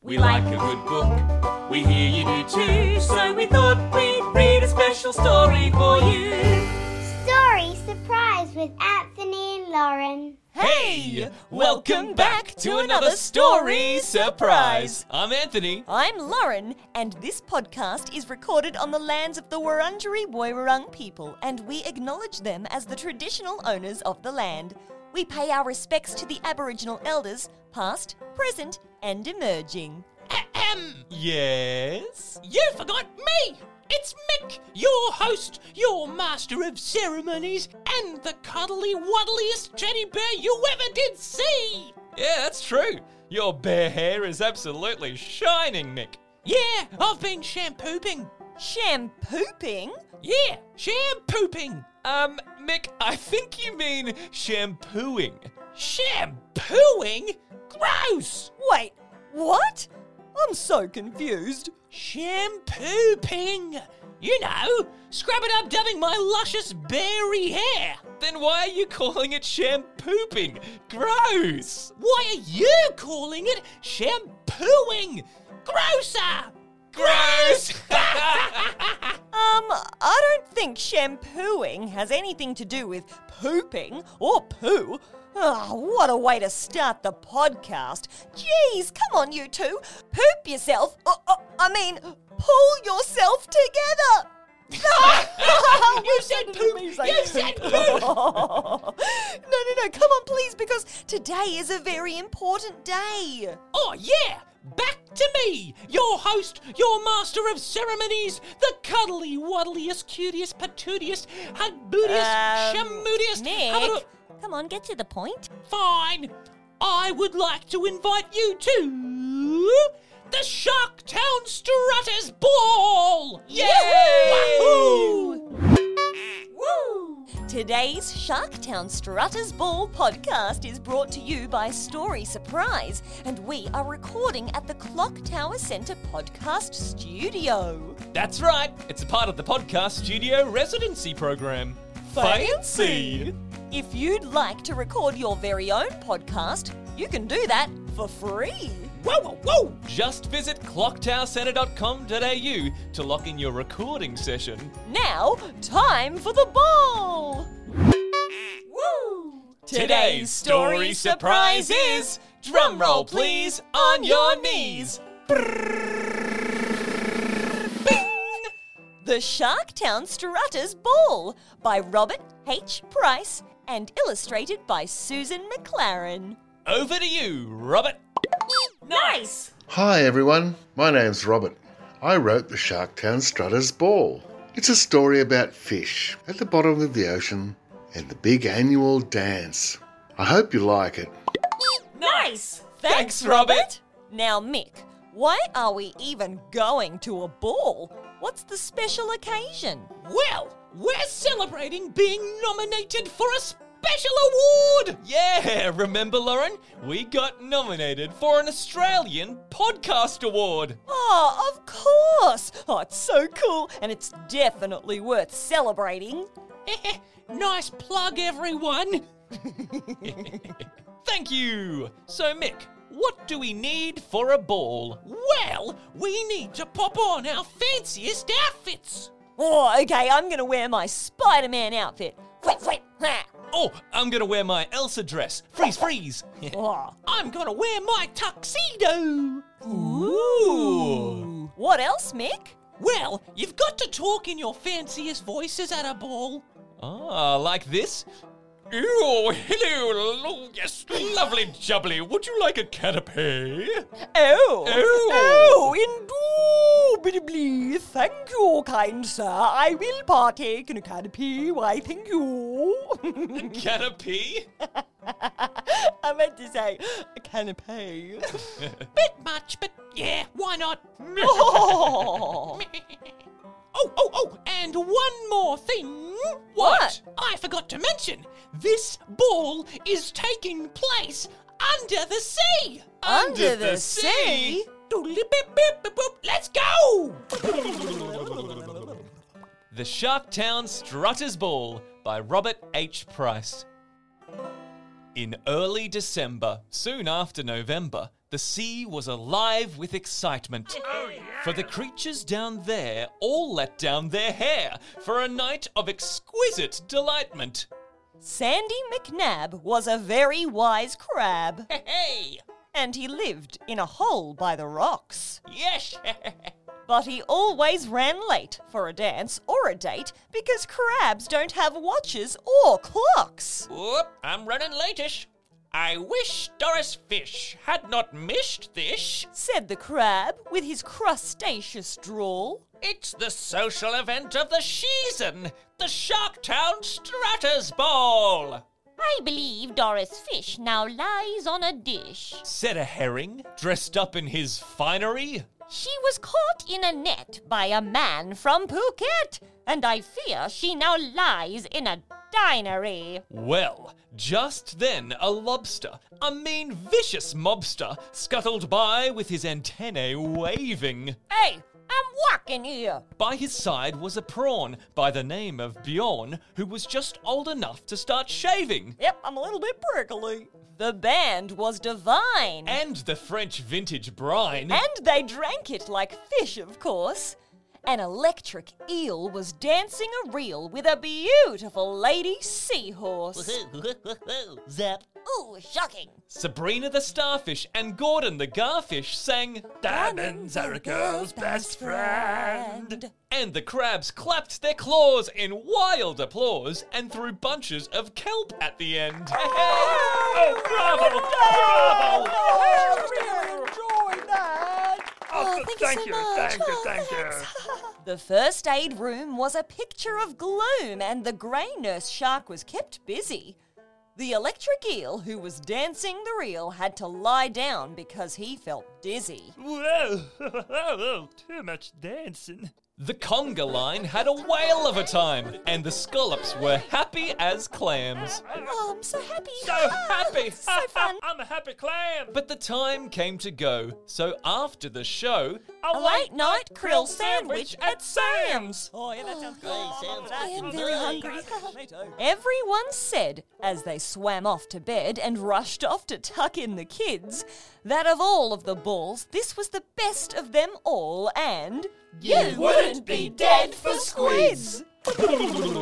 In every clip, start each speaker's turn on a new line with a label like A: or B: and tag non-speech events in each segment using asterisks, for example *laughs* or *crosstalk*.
A: We like a good book, we hear you do too, so we thought we'd read a special story for you.
B: Story Surprise with Anthony and Lauren.
A: Hey! Welcome back to another story surprise! I'm Anthony.
C: I'm Lauren, and this podcast is recorded on the lands of the Wurundjeri Woiwurrung people, and we acknowledge them as the traditional owners of the land. We pay our respects to the Aboriginal elders, past, present, and emerging.
D: Ahem!
A: Yes?
D: You forgot me! It's Mick, your host, your master of ceremonies, and the cuddly waddliest teddy bear you ever did see!
A: Yeah, that's true. Your bare hair is absolutely shining, Mick.
D: Yeah, I've been shampooping.
C: Shampooping?
D: Yeah, shampooping!
A: Um, Mick, I think you mean shampooing.
D: Shampooing? Gross!
C: Wait, what? I'm so confused.
D: Shampooping! You know, scrub it up dubbing my luscious berry hair!
A: Then why are you calling it shampooping? Gross!
D: Why are you calling it shampooing? Grosser!
A: Gross!
C: Um, I don't think shampooing has anything to do with pooping or poo. Ah, what a way to start the podcast. Jeez, come on, you two. Poop yourself. Oh, oh, I mean, pull yourself together. *laughs* you
D: said poop. You said poop.
C: *laughs* no, no, no. Come on, please, because today is a very important day.
D: Oh, yeah! Back to me, your host, your master of ceremonies, the cuddly, waddliest, cutiest, patootiest, hudbootiest,
C: Um,
D: shamootiest.
C: Nick, come on, get to the point.
D: Fine. I would like to invite you to the Sharktown Strutters Ball! Yay! Wahoo!
C: Today's Sharktown Strutters Ball podcast is brought to you by Story Surprise, and we are recording at the Clock Tower Centre podcast studio.
A: That's right, it's a part of the podcast studio residency program.
C: If you'd like to record your very own podcast, you can do that for free.
D: Whoa, whoa, whoa!
A: Just visit clocktowercentre.com.au to lock in your recording session.
C: Now, time for the ball!
A: Today's story surprise is drum roll, please, on your knees.
C: The Sharktown Strutters Ball by Robert H. Price and illustrated by Susan McLaren.
A: Over to you, Robert.
C: Nice!
E: Hi everyone, my name's Robert. I wrote The Sharktown Strutter's Ball. It's a story about fish at the bottom of the ocean and the big annual dance. I hope you like it.
C: Nice!
A: Thanks, Robert.
C: Now, Mick, why are we even going to a ball? What's the special occasion?
D: Well, we're celebrating being nominated for a special award!
A: Yeah, remember, Lauren? We got nominated for an Australian Podcast Award.
C: Oh, of course! Oh, it's so cool, and it's definitely worth celebrating.
D: nice plug, everyone!
A: *laughs* Thank you. So, Mick, what do we need for a ball?
D: Well, we need to pop on our fanciest outfits.
C: Oh, okay, I'm gonna wear my Spider Man outfit. Wait, wait, ha.
A: Oh, I'm gonna wear my Elsa dress. Freeze, freeze. *laughs*
C: Oh.
D: I'm gonna wear my tuxedo.
C: Ooh. What else, Mick?
D: Well, you've got to talk in your fanciest voices at a ball.
A: Ah, like this? Oh, hello, lo- yes, lovely jubbly. Would you like
D: *laughs*
A: a canapé?
C: Oh.
A: Ew.
C: Oh, indubitably. Thank you, kind sir. I will partake in a canopy. Why, thank you. *laughs*
A: Canapé?
C: I meant to say a canopy.
F: *laughs*
D: Bit much, but yeah, why not?
A: *laughs*
C: oh.
D: Oh, oh, oh, and one more thing.
C: What?
D: I forgot to mention. This ball is taking place under the sea.
C: Under the sea?
D: Doodly-bip-bip-bip-boop. Let's go!
A: The Sharktown Strutters Ball by Robert H. Price. In early December, soon after November, The sea was alive with excitement.
D: Oh,
A: For the creatures down there all let down their hair for a night of exquisite delightment.
C: *laughs*
A: *laughs*
C: Sandy McNab was a very wise crab,
D: Hey,
C: and he lived in a hole by the rocks.
A: *laughs*
D: yes.
C: But he always ran late for a dance or a date because crabs don't have watches or clocks.
D: Whoop, I'm running latish. I wish Doris Fish had not missed this.
C: Said the crab with his crustaceous drawl.
D: It's the social event of the season, the Sharktown Strutters Ball.
F: I believe Doris Fish now lies on a dish.
A: Said a herring, dressed up in his finery.
F: She was caught in a net by a man from Phuket, and I fear she now lies in a dinery.
A: Well, just then a lobster, a mean, vicious mobster, scuttled by with his antennae waving.
F: Hey, I'm walking here.
A: By his side was a prawn by the name of Bjorn, who was just old enough to start shaving.
C: Yep, I'm a little bit prickly. The band was divine.
A: And the French vintage brine.
C: And they drank it like fish, of course. An electric eel was dancing a reel with a beautiful lady *laughs* seahorse.
D: Zap.
F: Ooh, shocking.
A: Sabrina the starfish and Gordon the garfish sang,
C: Diamonds are a girl's best friend.
A: and the crabs clapped their claws in wild applause and threw bunches of kelp at the end. *laughs* Oh, bravo!
C: Oh, thank, you so much. Oh, thanks. *laughs* the first aid room was a picture of gloom, and the grey nurse shark was kept busy. The electric eel, who was dancing the reel, had to lie down because he felt dizzy.
D: Whoa, *laughs* too much dancing.
A: The conga line had a whale of a time, and the scallops were happy as clams.
C: Oh, I'm so happy.
A: So happy!
C: so fun.
D: I'm a happy clam.
A: But the time came to go, so after the show,
C: A late night krill sandwich at Sam's. Oh, yeah, that sounds good.
F: I am very
D: Oh,
F: hungry.
C: *laughs* Everyone said, as they swam off to bed and rushed off to tuck in the kids, that of all of the balls, this was the best of them all, and. You wouldn't be dead for squids!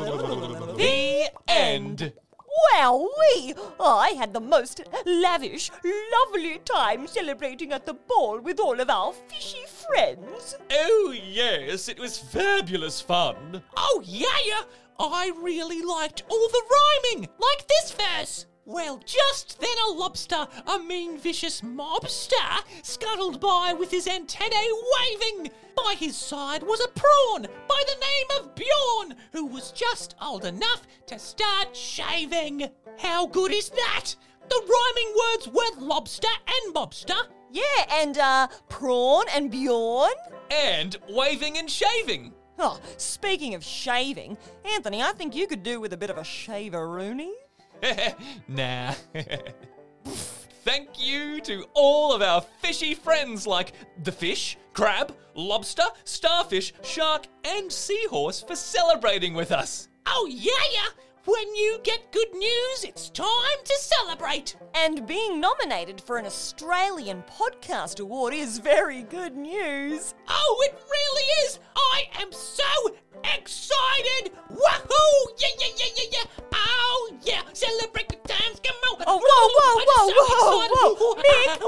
A: the end.
C: Wowee! I had the most lavish, lovely time celebrating at the ball with all of our fishy friends.
A: Oh, yes, it was fabulous fun.
D: Oh, yeah, yeah. I really liked all the rhyming, like this verse. Well, just then a lobster, a mean, vicious mobster, scuttled by with his antennae waving. By his side was a prawn by the name of Bjorn, who was just old enough to start shaving. How good is that? The rhyming words were lobster and mobster.
C: Yeah, and uh, Prawn and Bjorn.
A: And waving and shaving.
C: Oh, speaking of shaving, Anthony, I think you could do with a bit of a shaveroony.
A: *laughs* nah. Thank you to all of our fishy friends like the fish, crab, lobster, starfish, shark, and seahorse for celebrating with us.
D: Oh, yeah, yeah. When you get good news, it's time to celebrate.
C: And being nominated for an Australian Podcast Award is very good news.
D: Oh, it really is! I am so excited! Wahoo! Yeah, yeah, yeah, yeah, yeah! Oh, yeah! Celebrate the times! Come on!
C: Oh, whoa, whoa, whoa, whoa, whoa! Mick,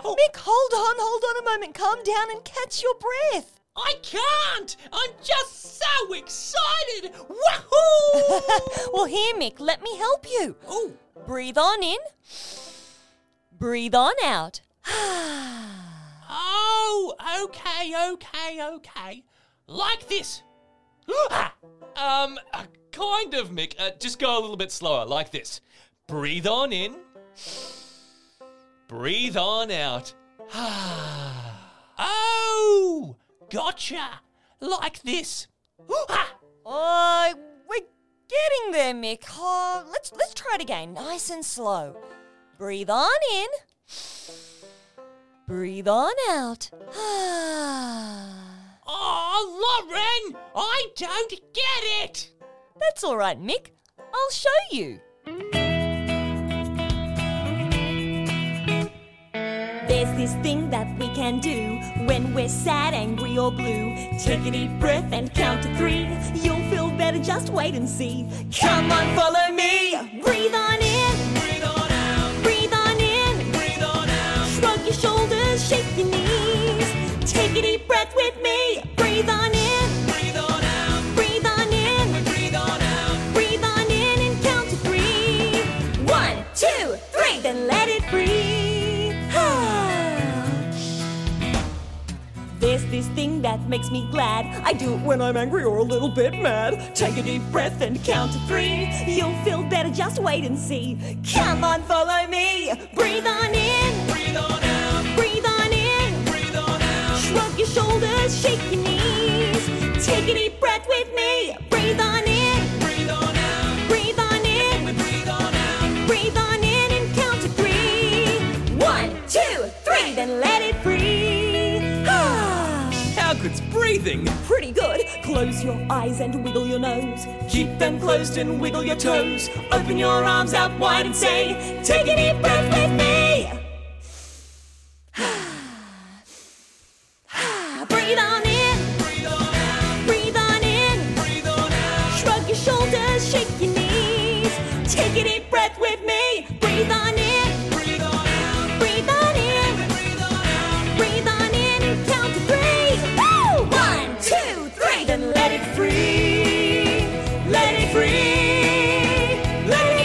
D: *laughs*
A: *laughs*
C: Mick, Mick, hold on, hold on a moment. Calm down and catch your breath. *laughs*
D: I can't! I'm just so excited! Wahoo!
C: Well, here, Mick, let me help you.
D: oh,
C: Breathe on in, breathe on out. *sighs*
D: oh, okay, okay, okay. Like this. *gasps* Ah,
A: Um, uh, kind of, Mick. Uh, just go a little bit slower, like this. Breathe on in. Breathe on out.
D: *sighs* oh, gotcha. Like this. *gasps* Ah,
C: Oh, we're getting there, Mick. Oh, let's let's try it again, nice and slow. Breathe on in. Breathe on out. *sighs* Ah.
D: Oh, Lauren, I don't get it.
C: That's all right, Mick. I'll show you.
F: This
C: this thing that we can do when we're sad, angry, or blue? Take a deep breath and count to three. You'll feel better, just wait and see. Come on, follow me. Breathe on in. Breathe on out. Breathe on in. Breathe on out. Shrug your shoulders, shake your knees. Take a deep breath with me. Breathe on in. Breathe on out. Breathe on in. Breathe on out. Breathe on in and count to three. One, two, three. Then let it breathe. *sighs* Ah. There's this thing that makes me glad. I do it when I'm angry or a little bit mad. Take a deep breath and count to three. You'll feel better, just wait and see. Come on, follow me. Breathe on in. Breathe on out. Breathe on in. Breathe on out. Shrug your shoulders, shake your knees. Take a deep breath with me. Breathe on in. Breathe on out. Breathe on in. Breathe on out. Breathe on in and count to three. One, two, three, then let it breathe. Ah.
A: How good's breathing?
C: Pretty good. Close your eyes and wiggle your nose. Keep them closed and wiggle your toes. Open your arms out wide and say, Take a deep breath with me. Breathe on in. Breathe on in. Shrug your shoulders, shake your knees. Take a deep breath with me. Breathe on in. Breathe on in. Breathe on in. Breathe on in and count to three. Woo! One, two, three. Then let it free. Let it free. Let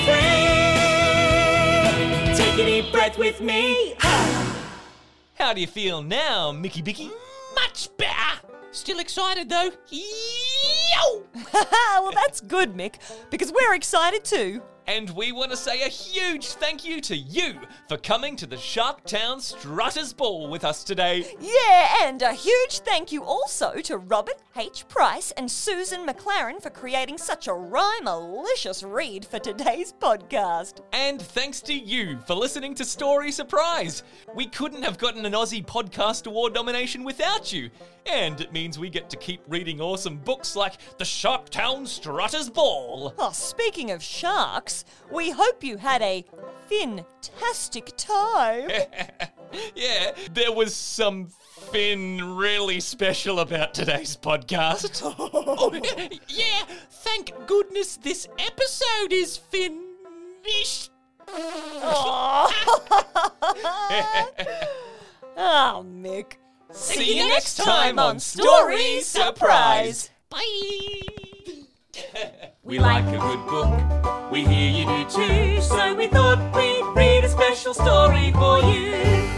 C: it free. Take a deep breath with me.
A: How do you feel now, Mickey Bicky?
G: Much better. Still excited though. Yo!
H: *laughs* well, that's good, Mick, because we're excited too.
A: And we want to say a huge thank you to you for coming to the Sharktown Strutters Ball with us today.
H: Yeah, and a huge thank you also to Robert H. Price and Susan McLaren for creating such a rhyme-alicious read for today's podcast.
A: And thanks to you for listening to Story Surprise. We couldn't have gotten an Aussie Podcast Award nomination without you. And it means we get to keep reading awesome books like The Sharktown Strutters Ball.
H: Oh, speaking of sharks, we hope you had a fantastic
A: *laughs*
H: time. *laughs*
A: Yeah, there was something really special about today's *laughs* podcast. Oh,
G: Yeah, thank goodness this episode is finished.
H: oh, Mick.
A: See you next time on Story Surprise.
G: Bye.
D: We like a good book. We hear you do too. So we thought we'd read a special story for you.